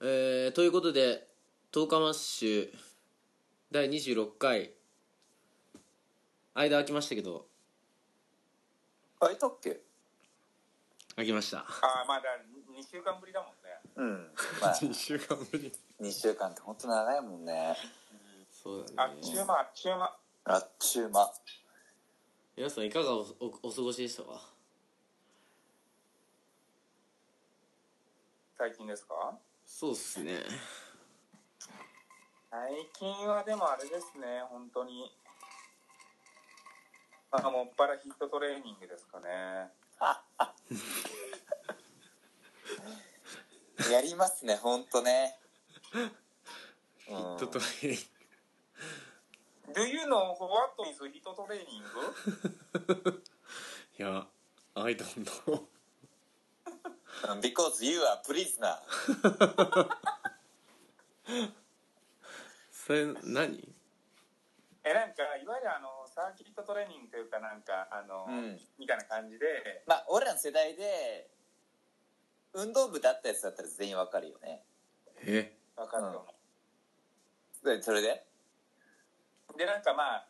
えーということで10日マッシュ第26回間空きましたけどあいたっけ空きましたああまあだから2週間ぶりだもんねうん、ま あ、 2週間ぶり2週間って本当長いもんねそうだあっねちゅうまあっちゅうまあっちゅう間皆さんいかがおおお過ごしでしたか最近ですかそうっすね最近はでもあれですね本当にまあもっぱらヒットトレーニングですかねやりますね本当ね、うん、ちょっとね Do you know what is ヒットトレーニングいや I don't know because you are prisoner それ何えなんかいわゆるあのサーキットトレーニングというかなんかあの、うんみたいな感じでまあ俺らの世代で運動部だったやつだったら全員わかるよねえわかると思でそれでうでなんかまあ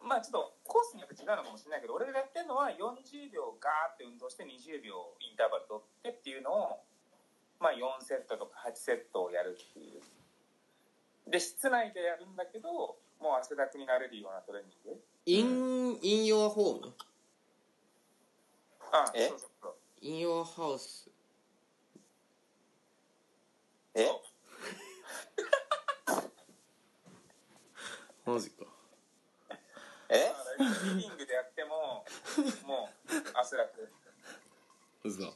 まあちょっとコースによって違うのかもしれないけど俺がやってるのは40秒ガーって運動して20秒インターバル取ってっていうのを、まあ、4セットとか8セットをやるっていうで室内でやるんだけどもう汗だくになれるようなトレーニングインインヨアホームあえそうそうそうインヨアハウスえマジかえだからリビングでやってももう汗だく嘘だ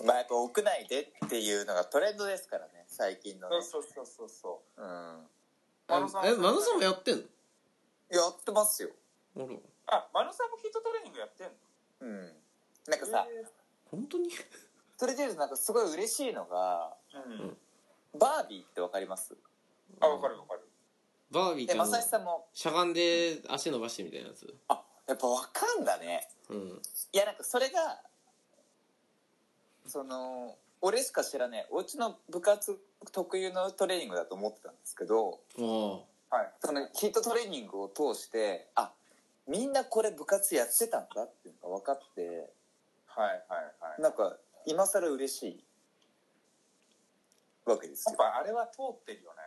うんまあやっぱ屋内でっていうのがトレンドですからね最近のねそうそうそうそうそううんあ真野さんえ真野さんもやってんのやってますよあらあマノさんもヒットトレーニングやってんのうんなんかさ、え本当にそれで言うとなんかすごい嬉しいのがーうんうんバービーってわかりますあわかるわかるバービーえかまのさしさんもしゃがんで足伸ばしてみたいなやつあやっぱわかるんだねうんいやなんかそれがその俺しか知らないおうちの部活特有のトレーニングだと思ってたんですけどあはいそのヒートトレーニングを通してあみんなこれ部活やってたんだっていうのが分かってはいはいはいなんか今更嬉しいわけですやっよぱあれは通ってるよね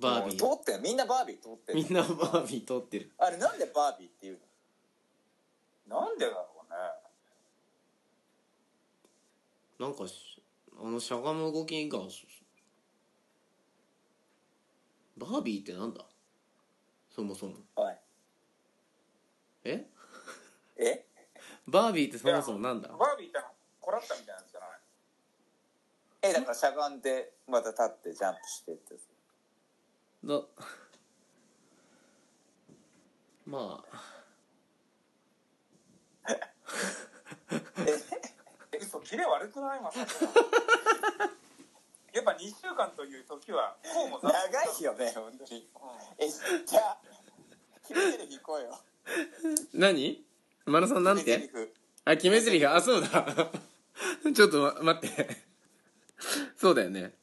バービーもう通ってるみんなバービー通ってるみんなバービー通ってるあれなんでバービーっていうのなんでだろうねなんかしあのしゃがむ動きがバービーってなんだそもそもおいええバービーってそもそもなんだバービーってのはこらったみたいなんじゃないえだからしゃがんでまた立ってジャンプしてってだまあえ嘘キレ悪くないまさか やっぱ2週間という時はこうも長ざいよね本当にうえじゃあ決め台詞行こうよ何マラさんなん決 てめ台詞あ決め台詞あそうだ ちょっと、ま、待ってそうだよね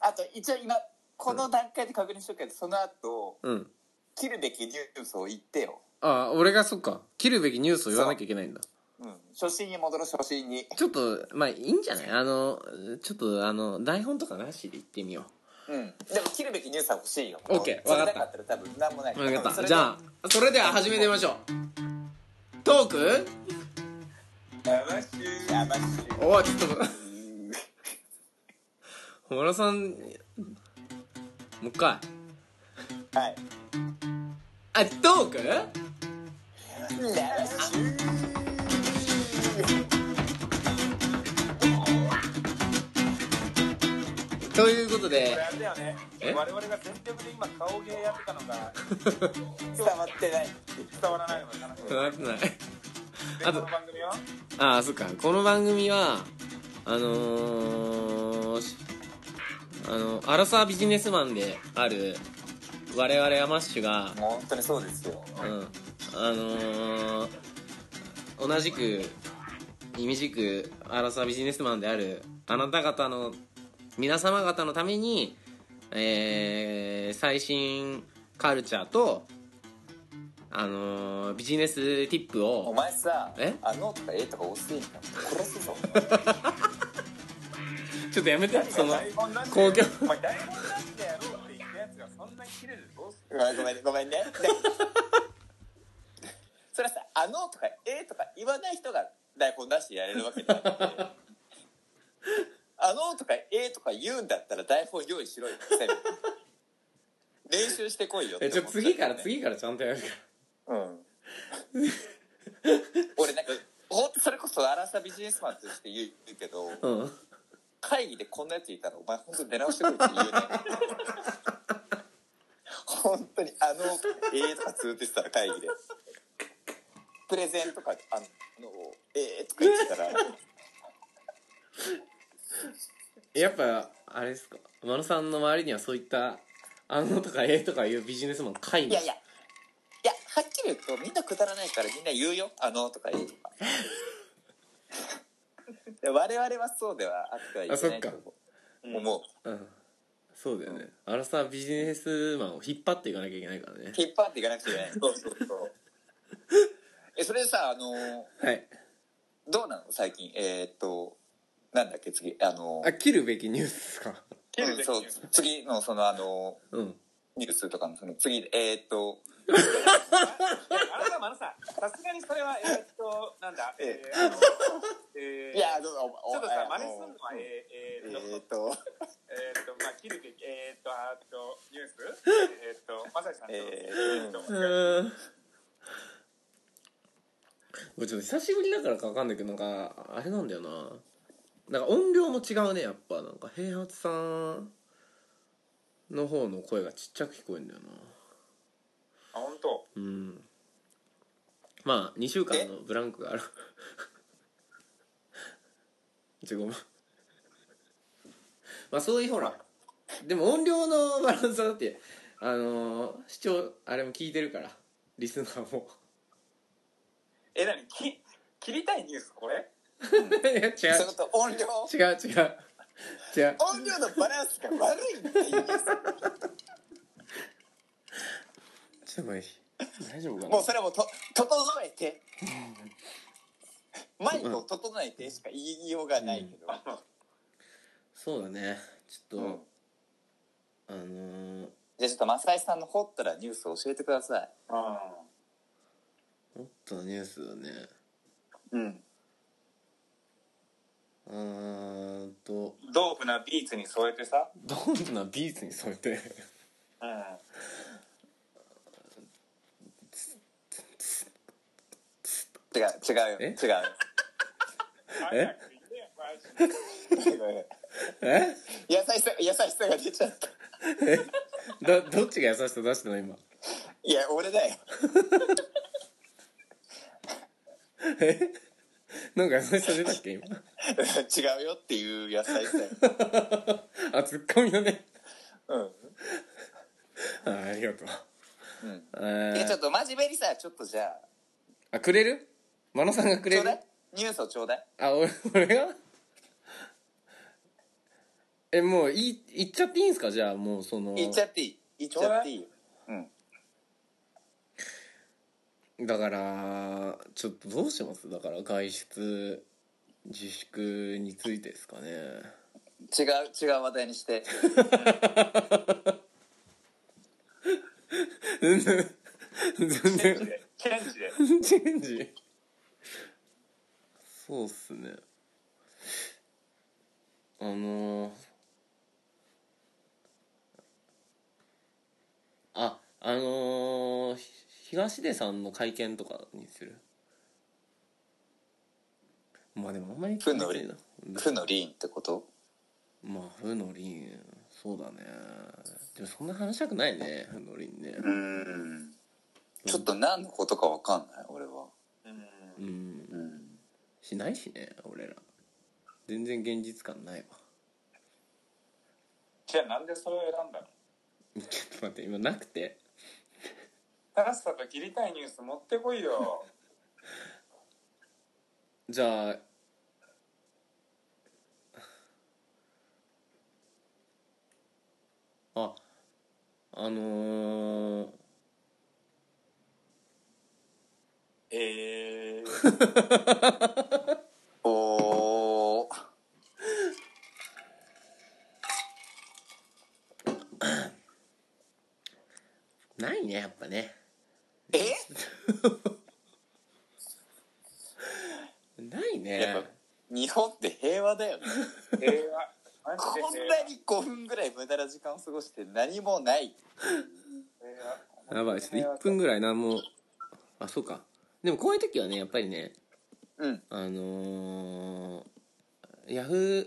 あと一応今この段階で確認しとくけどその後うん切るべきニュースを言ってよあ俺がそっか切るべきニュースを言わなきゃいけないんだうん初心に戻ろう初心にちょっとまあいいんじゃないあのちょっとあの台本とかなしで言ってみようんでも切るべきニュースは欲しいよオッケーそれわかなったかったら多分何もないう分かったそれでじゃあそれでは始めてみましょうトークやばしいやばしおいちょっ と村さんもう一回はいあトークやばしということこでれあれだよねえ我々が全力で今顔芸やってたのが伝わってない伝わらないのが悲しいなくないであことの番組はああそっかこの番組はあのー、しあのアラサービジネスマンである我々アマッシュがもう本当にそうですようんあのー、同じくいみじくアラサービジネスマンであるあなた方の皆様方のために、えー最新カルチャーと、あのービジネスティップおを前さえあのとかえとか遅いんだ殺すぞちょっとやめて何そがの台本なし公で共お前台本なしでやろうって言ったやつがそんな切れるどうす るごめんごめんごめんねで それはさあのとかえとか言わない人が台本出してやれるわけじゃなくて あのとかえとか言うんだったら台本用意しろよせめて練習してこいよってえ思ちっょた次から次からちゃんとやるからうん俺なんかほんとそれこそ荒さビジネスマンとして言う言うけどうん会議でこんなやついたらお前本当に出直してくれって言うね本当にあの「ええ」とかずっと言ってたら会議でプレゼンとかあの「ええ」とか言ってたらやっぱあれですか真野さんの周りにはそういったあのとかえーとかいうビジネスマン会い議やいやいやはっきり言うとみんなくだらないからみんな言うよ「あの」とか「ええ」とかで我々はそうではあってはいけないとあそ思う思ううんそうだよね、あらさビジネスマンを引っ張っていかなきゃいけないからね引っ張っていかなくちゃいけないそうそうそうえそれでさあのー はいどうなの最近えー、っとなんだっけ次あのあ切るべきニュースですか切るうんべきそう次のそのあのうんニュースとかのその次えー、っとあなたもあのささすがにそれはえーっとなんだえーあのえーいやどうぞおちょっとさ真似すんんのはえーええーー、っっととえーっとまあ切るべきえーっとあーっとニュースえーっとまさきさんとえーえーっとうん俺ちょっと久しぶりだからかわかんないけどなんかあれなんだよななんか音量も違うねやっぱなんか平八さんの方の声がちっちゃく聞こえんだよなあ本当うんまあ2週間のブランクがある ちょごめんまあそういうほらでも音量のバランスはだってあのー視聴あれも聞いてるからリスナーも え何き切りたいニュースこれいや違そのうと音量違う違う違う音量のバランスが悪いっていうニュースちょっと待って大丈夫かなもうそれはもうと整えてマイクを整えてしか言いようがないけど、そうだねちょっうんと、あのーじゃあちょっと正井さんのホットなニュースを教えてくださいあもっとニュースだねうんうーんとードープなビーツに添えてさどんなビーツに添えてうん違う違うよえ違う 早く言えよマジでえ優しさ優しさが出ちゃったどどっちが優しさ出してたの今いや俺だよ えなんか優しさ出たっけ今違うよっていう優しさあツッコミのねうん、あありがとううん、えいやちょーっと真面目にさちょっとじゃああくれる真野さんがくちれょうだるいニュースをちょうだいあ俺俺がえもういい言っちゃっていいんすかじゃあもうその言っちゃっていい言っちゃっていいようんだからちょっとどうしますだから外出自粛についてですかね違う違う話題にして全然全チェンジ然でチェンジでチェンジそうっすねあのー、ああのー、ひ東出さんの会見とかにするまあでもあんまり負のりな負のリーンってことまあ負のりんそうだねでもそんな話したくないね負のりんねうんちょっと何のことかわかんない俺はうんうんうんしないしね俺ら全然現実感ないわじゃあなんでそれを選んだのちょっと待って今なくてさっさと切りたいニュース持ってこいよじゃあああのー、へえ おおないねやっぱねえないねやっぱ日本って平和だよね平和マこジでんなに5分ぐらい無駄な時間を過ごして何もない平和やばいちょっと1分ぐらい何もあそうかでもこういう時はねやっぱりねうんあのー、ヤフー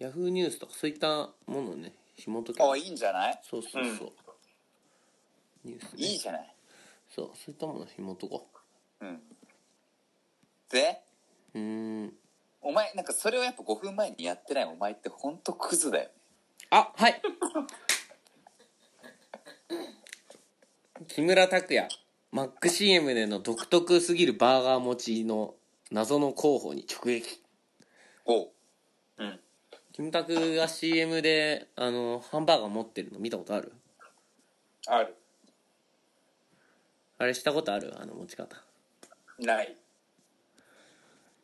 ヤフーニュースとかそういったものをね紐解けばあいいんじゃないそうそうそう、ニュース、ね、いいじゃないそうそういったものを紐解こうんでううーんお前なんかそれをやっぱ5分前にやってないお前ってほんとクズだよねあはい木村拓哉マック CM での独特すぎるバーガー持ちの謎の候補に直撃おううんキムタクが CM であのハンバーガー持ってるの見たことあるあるあれしたことあるあの持ち方ない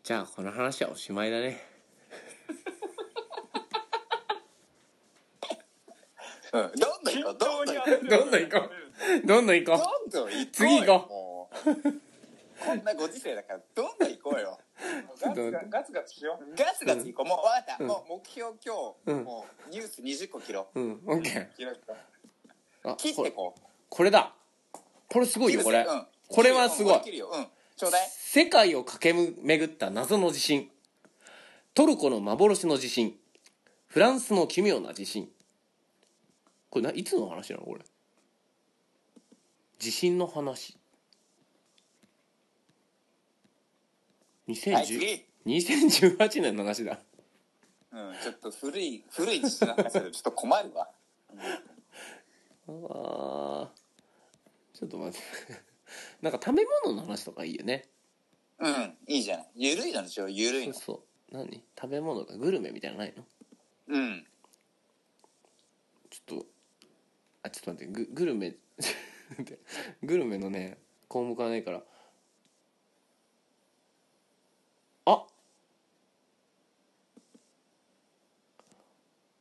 じゃあこの話はおしまいだね うんどんどん行こうどんどん行こうどんどん行こどんどん行こどんどん行こうよ次行こうこんなご時世だからどんどん行こうよガツガツガツガツしようガツガツ行こうもうわかったうんもう目標今日、うんもうニュース20個切ろう うんオッケー開くかあう切っこてれこうこれだこれすごい切よるこれぜうんこれはすごい切るようんちょうだい世界を駆け巡った謎の地震トルコの幻の地震フランスの奇妙な地震これないつの話なのこれ地震の話はい2010次2018年の話だうんちょっと古い古い地震なんかするとちょっと困るわあーちょっと待って なんか食べ物の話とかいいよねうんいいじゃないゆるいのにしようゆるいそうのそう何食べ物かグルメみたいなのないのうんちょっとあちょっと待ってググルメ グルメのね項目がないからあ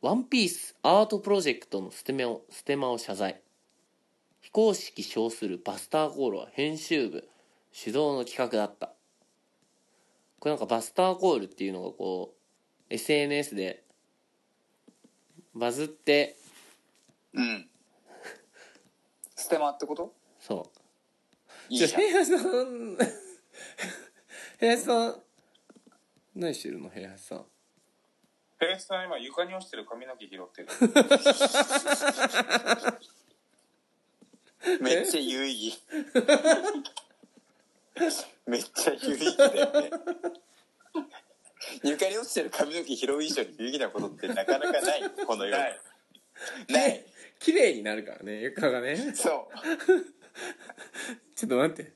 ワンピースアートプロジェクトのステマをステマを謝罪非公式称するバスターコールは編集部主導の企画だったこれなんかバスターコールっていうのがこう SNS でバズってうんステマってことそういいじゃじあゃん平八さん平八さん何してるの平八さんペレスさん今床に落ちてる髪の毛拾ってるめっちゃ有意義めっちゃ有意義だよね床に落ちてる髪の毛拾う以上に有意義なことってなかなかないこの世ないない綺麗になるからね床がねそうちょっと待って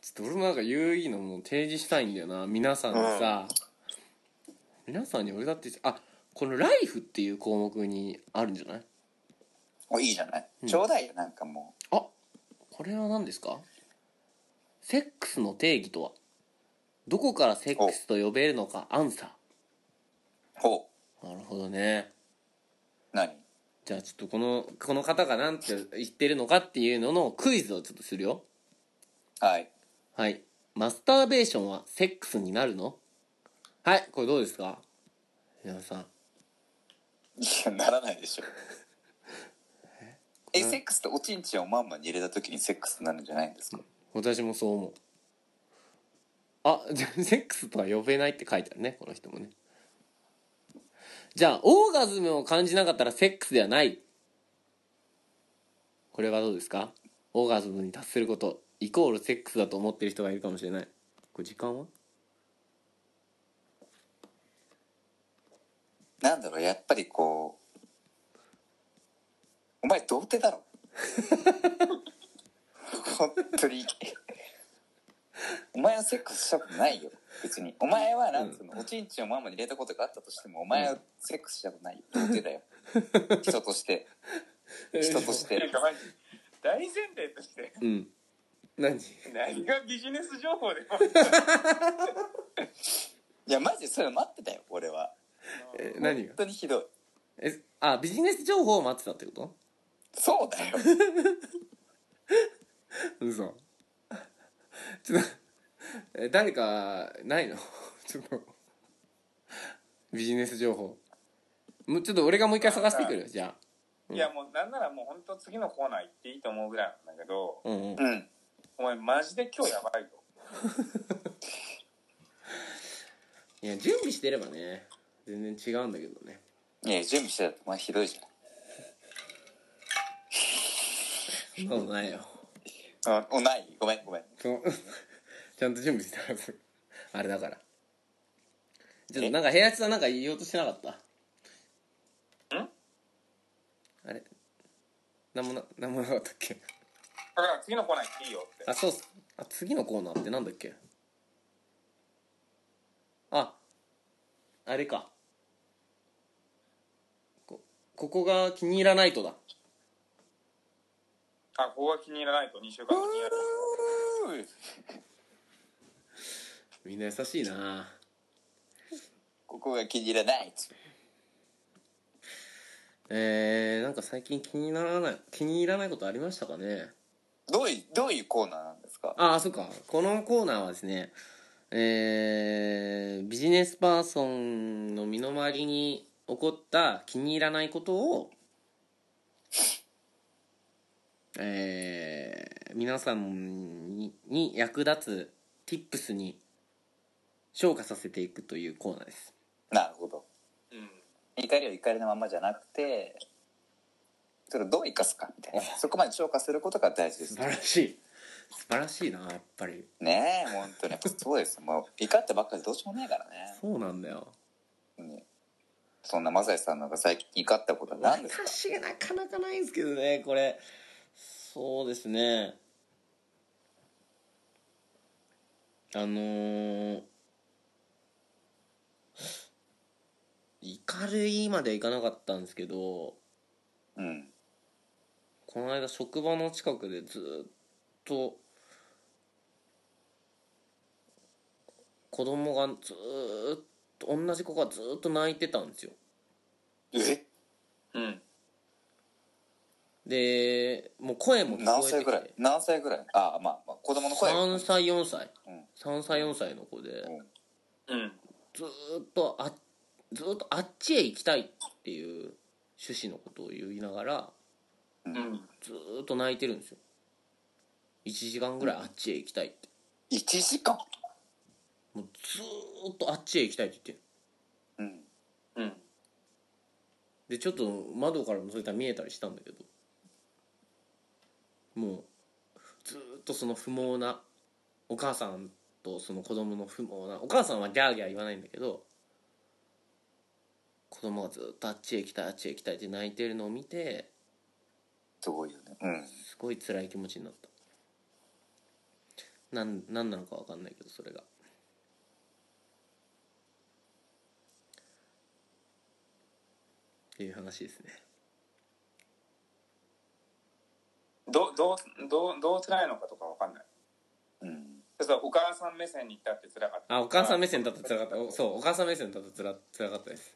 ちょっと俺もなんか有意義なものを提示したいんだよな皆さんにさ、皆さんに俺だってあこの「ライフ」っていう項目にあるんじゃないおいいじゃない、うんちょうだいよなんかもあこれは何ですかセックスの定義とはどこからセックスと呼べるのかアンサうほーなるほどねう何じゃあちょっとこのこの方が何て言ってるのかっていうののクイズをちょっとするよはいはいマスターベーションはセックスになるのはいこれどうですか皆さんいやならないでしょえセックスっておちんちんをまんまに入れた時にセックスになるんじゃないんですか私もそう思うあ じゃあセックスとは呼べないって書いてあるねこの人もねじゃあオーガズムを感じなかったらセックスではないこれはどうですかオーガズムに達することイコールセックスだと思ってる人がいるかもしれないこれ時間はなんだろうやっぱりこうお前童貞だろ 本当にお前はセックスしたことないよ別にお前はなんつうの、おちんちんをママに入れたことがあったとしてもお前はセックスしたことないよ童貞だ よ人として人としてていうかマジ大前提としてうん何何がビジネス情報でもいやマジでそれ待ってたよ俺はえ何が本当にひどいえあビジネス情報を待ってたってこそうだよと嘘ちょっとえ誰かないの ちょっとビジネス情報もうちょっと俺がもう一回探してくるじゃいやもうなんならもう本当次のコーナー行っていいと思うぐらいなんだけどあうんうんうんお前マジで今日やばいよいや準備してればね全然違うんだけどねいや準備してたってお前ひどいじそんなことないよゃん、うん、おないごめんごめんその ちゃんと準備したはずあれだからちょっとなんか平八さんなんか言おうとしてなかったんあれなんもななんもなかったっけだから次のコーナー行っていいよってあそうっすあ次のコーナーってなんだっけああれかこここが気に入らないとだあここが気に入らないと2週間後にやるみんな優しいなここが気に入らないえー、なんか最近気にならない気に入らないことありましたかねどういうどういうコーナーなんですかああそっかこのコーナーはですねえー、ビジネスパーソンの身の回りに起こった気に入らないことをえー、皆さんにに役立つ tips に昇華させていくというコーナーですなるほどうん怒りを怒りのままじゃなくてそれをどう生かすかみたいなそこまで消化することが大事です素晴らしい素晴らしいなやっぱりねえ本当にやっぱそうですもう怒ってばっかりでどうしようもないからねそうなんだようんそんなマサイさんなんか最近怒ったことは何ですか私がなかなかないんですけどねこれそうですねあのー、怒りまではいかなかったんですけどうんこの間職場の近くでずっと子供がずーっと同じ子がずーっと泣いてたんですよえうんでもう声も聞何こえて歳きてぐらい何歳ぐらいああまあまあ子供の声3歳4歳うん3歳4歳の子でうんうんずーっとあずーっとあっちへ行きたいっていう趣旨のことを言いながらうんずーっと泣いてるんですよ1時間ぐらいあっちへ行きたいって1時間もうずーっとあっちへ行きたいって言ってうんうんるでちょっと窓から覗いたら見えたりしたんだけどもうずーっとその不毛なお母さんとその子供の不毛なお母さんはギャーギャー言わないんだけど子供がずーっとあっちへ行きたいあっちへ行きたいって泣いてるのを見てすごいよねうんすごい辛い気持ちになったなんなんなのか分かんないけどそれがっていう話ですねどうどうどうどう辛いのかとかわかんないうんでさお母さん目線に行ったって辛かったあお母さん目線だと辛かったおそうお母さん目線だと辛辛かったです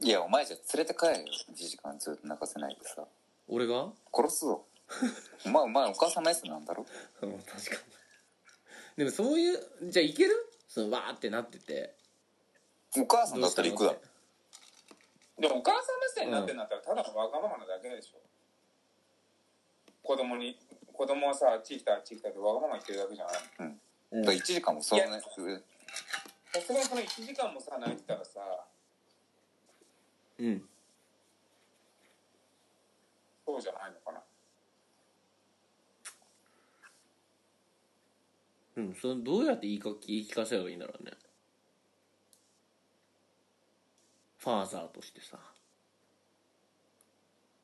いやお前じゃ連れて帰れよ1時間ずっと泣かせないでさ俺が殺すぞ お前お前お母さんのやつなんだろうん確かにでもそういうじゃあいけるそのわーってなっててお母さんどだうっしたたらの行くだっろてでもお母さん目線になってんだったらただのわがままなだけでしょ、子供に子供はさあっち行きたいあっち行きたいってわがまま言ってるだけじゃないうんだから1時間もそんなねさすがにその1時間もさ泣いてたらさうんそうじゃないのかなうんそれどうやって言いか言い聞かせればいいんだろうねファーザーとしてさ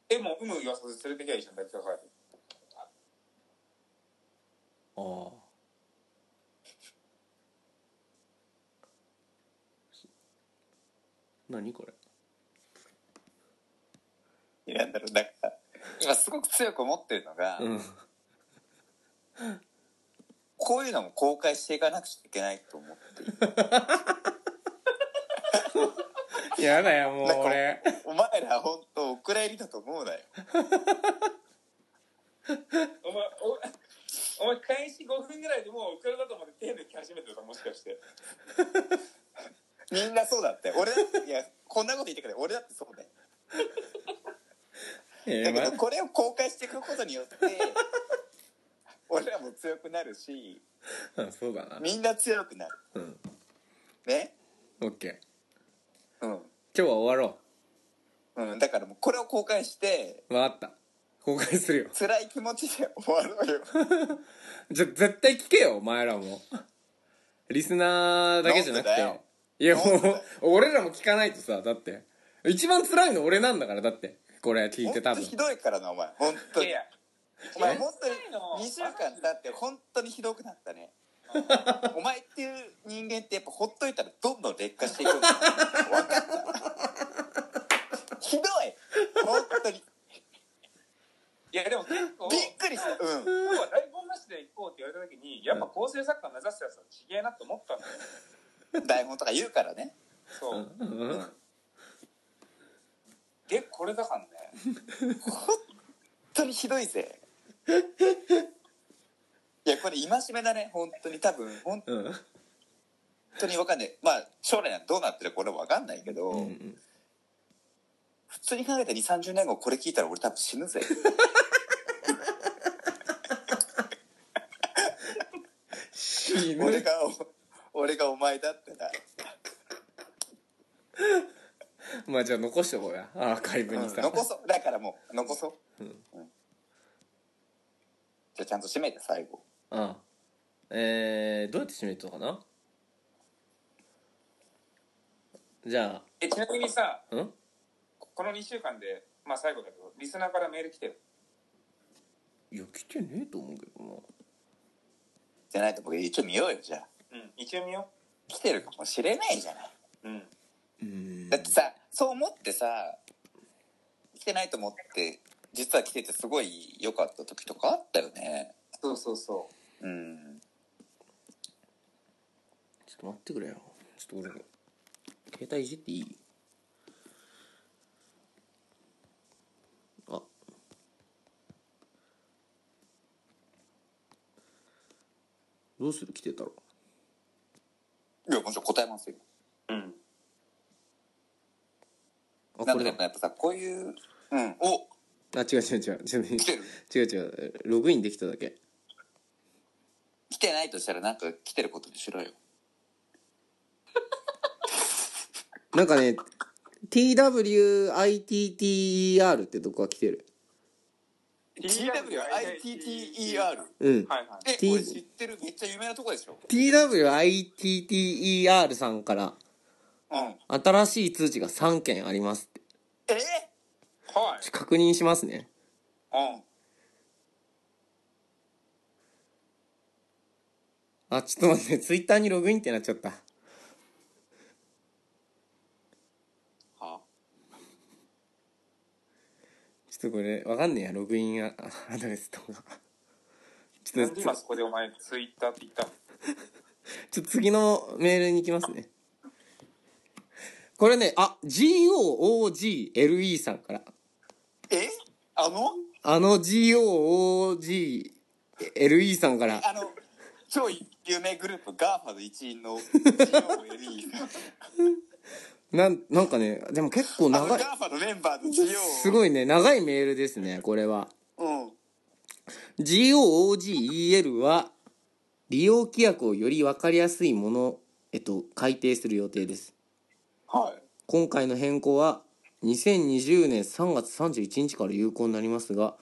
えもう有無言わさず連れてきゃいいじゃん抱きかかえてああ何これいやなんだろうなんか今すごく強く思ってるのが、うんこういうのも公開していかなくちゃいけないと思って いて やだよもう俺お前ら本当お蔵入りだと思うなよお前お前お前開始5分ぐらいでもう送られたと思って手抜き始めてるからもしかしてみんなそうだって俺だっていやこんなこと言ってくれ俺だってそうだよえだーまけどこれを公開していくことによって 俺らも強くなるしうんそうだなみんな強くなるうんねオッケーうん、今日は終わろうん、だからもうこれを公開してうわかった公開するよ 辛い気持ちで終わろうよじゃ絶対聞けよお前らもリスナーだけじゃなくなんでだてよいやもなんでだうよ俺らも聞かないとさだって一番辛いの俺なんだからだってこれ聞いて多本当分ひどいからなお前本当いにやいやお前本当にえ2週間経って本当にひどくなった ねお前っていう人間ってやっぱほっといたらどんどん劣化していくんだよ分かったひどい本当にいやでも結構びっくりしたうん今日は台本なしで行こうって言われた時にやっぱ構成作家目指すやつはちげえなと思ったんだよ台本とか言うからねそう、うんでこれだからね本当にひどいぜいやこれ戒めだね本当に多分本うん当に分かんないまあ将来はどうなってるか俺も分かんないけど、うんうん普通に考えたら2 3 0年後これ聞いたら俺多分死ぬぜ死ぬ俺が俺がお前だってなまあじゃあ残しておこうやアーカイブにさ、残そうだからもう残そう、うんうんじゃあちゃんと締めて最後ああえー、どうやって締めたのかなじゃえちなみにさあんこの2週間でまあ最後だけどリスナーからメール来てるいや来てねえと思うけどなじゃないと僕一応見ようよじゃあうん一応見よ来てるかもしれないじゃないうううんんだってさそう思ってさ来てないと思って実は来ててすごい良かった時とかあったよねそうそうそうんちょっと待ってくれよちょっと俺も携帯いじっていいあどうする来てたろいやもちろん答えますよううんあなこんれだだけどやっぱさこういううんおあ違う違う違うちなみに来てる違う違うログインできただけ来てないとしたらなんか来てることにしろよなんかね TWITTER ってとこが来てる TWITTER うん、はいはいえ T- 俺知ってるめっちゃ有名なとこでしょ TWITTER さんからうん新しい通知が3件ありますってえはいちょ確認しますねうんあちょっと待ってツイッターにログインってなっちゃったはちょっとこれわかんねえやログインアアドレスとかちょっなんとでつ今そこでお前ツイッターって言ったのちょっと次のメールに行きますねこれねあ GOOGLE さんからえあのあの GOOGLE さんからあの超有名グループガーファの一員の GOLE なんなんかねでも結構あの長ガいーファのメンバーの GO すごいね長いメールですねこれはうん。 GOOGEL は利用規約をより分かりやすいものへと改定する予定ですはい。今回の変更は2020年3月31日から有効になりますが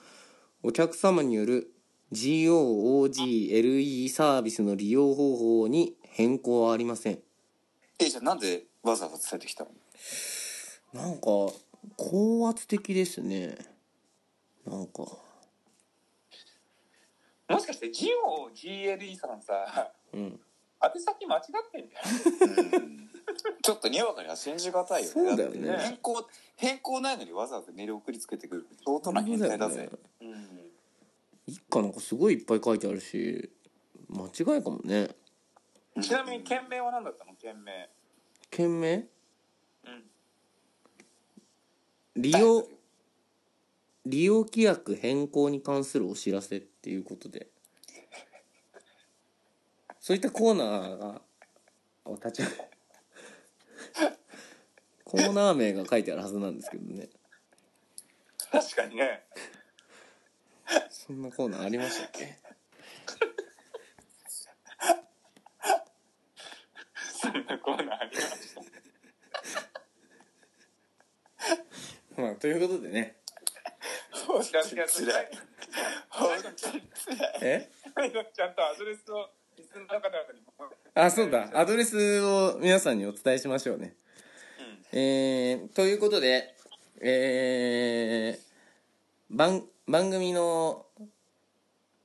お客様による GOOGLE サービスの利用方法に変更はありませんえ、じゃあなんでわざわざ伝えてきたのなんか高圧的ですねなんかもしかしてジオ GLE さんさうん宛先間違ってんじゃんうん ちょっとにわかには信じがたいよねそうだよねって変更変更ないのにわざわざメール送りつけてくる相当な変態だぜうん一家なんかすごいいっぱい書いてあるし間違いかもねちなみに件名は何だったの件名件名うん利用利用規約変更に関するお知らせっていうことでそういったコーナーがあ立ち 上がるコーナー名が書いてあるはずなんですけどね確かにねそんなコーナーありましたっけそんなコーナーありましたまあということでね本ちゃん当に辛い本当に辛いえとアドレスをリスナーの方々にあそうだアドレスを皆さんにお伝えしましょうねえー、ということで、えー、番番組の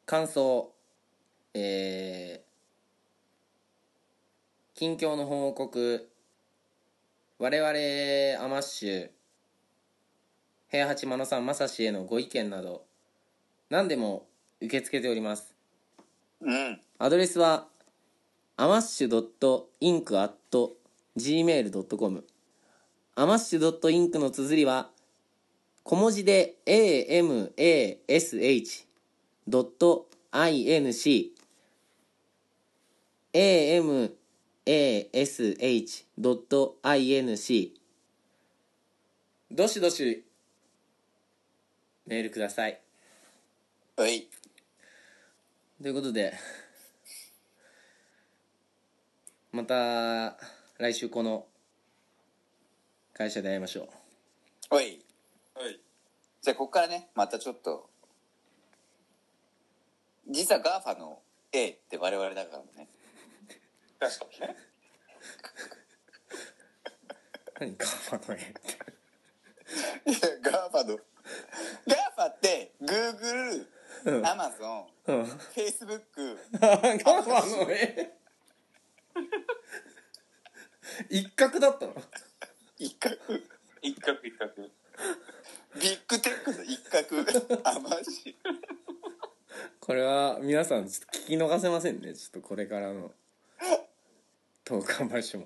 感想、えー、近況の報告我々アマッシュ平八真野さんまさしへのご意見など何でも受け付けておりますうんアドレスは amash.inc.gmail.com アマッシュドットインクの綴りは小文字で amash ドット inc amash ドット inc どしどしメールくださいはいということでまた来週この会社で会いましょうはいはいじゃあここからねまたちょっと実は GAFA の A って我々だからね確かにね何かまの絵っていや GAFA の GAFA って Google ん Amazon うん Facebook ガマの絵一角だったの一角一角一角ビッグテックの一角あマジこれは皆さんちょっと聞き逃せませんねちょっとこれからの投函場所も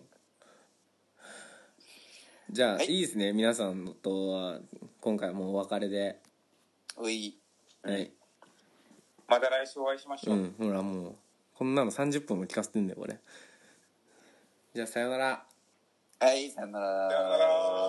じゃあ、はいい、いですね皆さんとは今回はもうお別れでおいはいまた来週お会いしましょうう、んほらもうこんなの30分も聞かせてんだよこれじゃあさよならはいさよならさよなら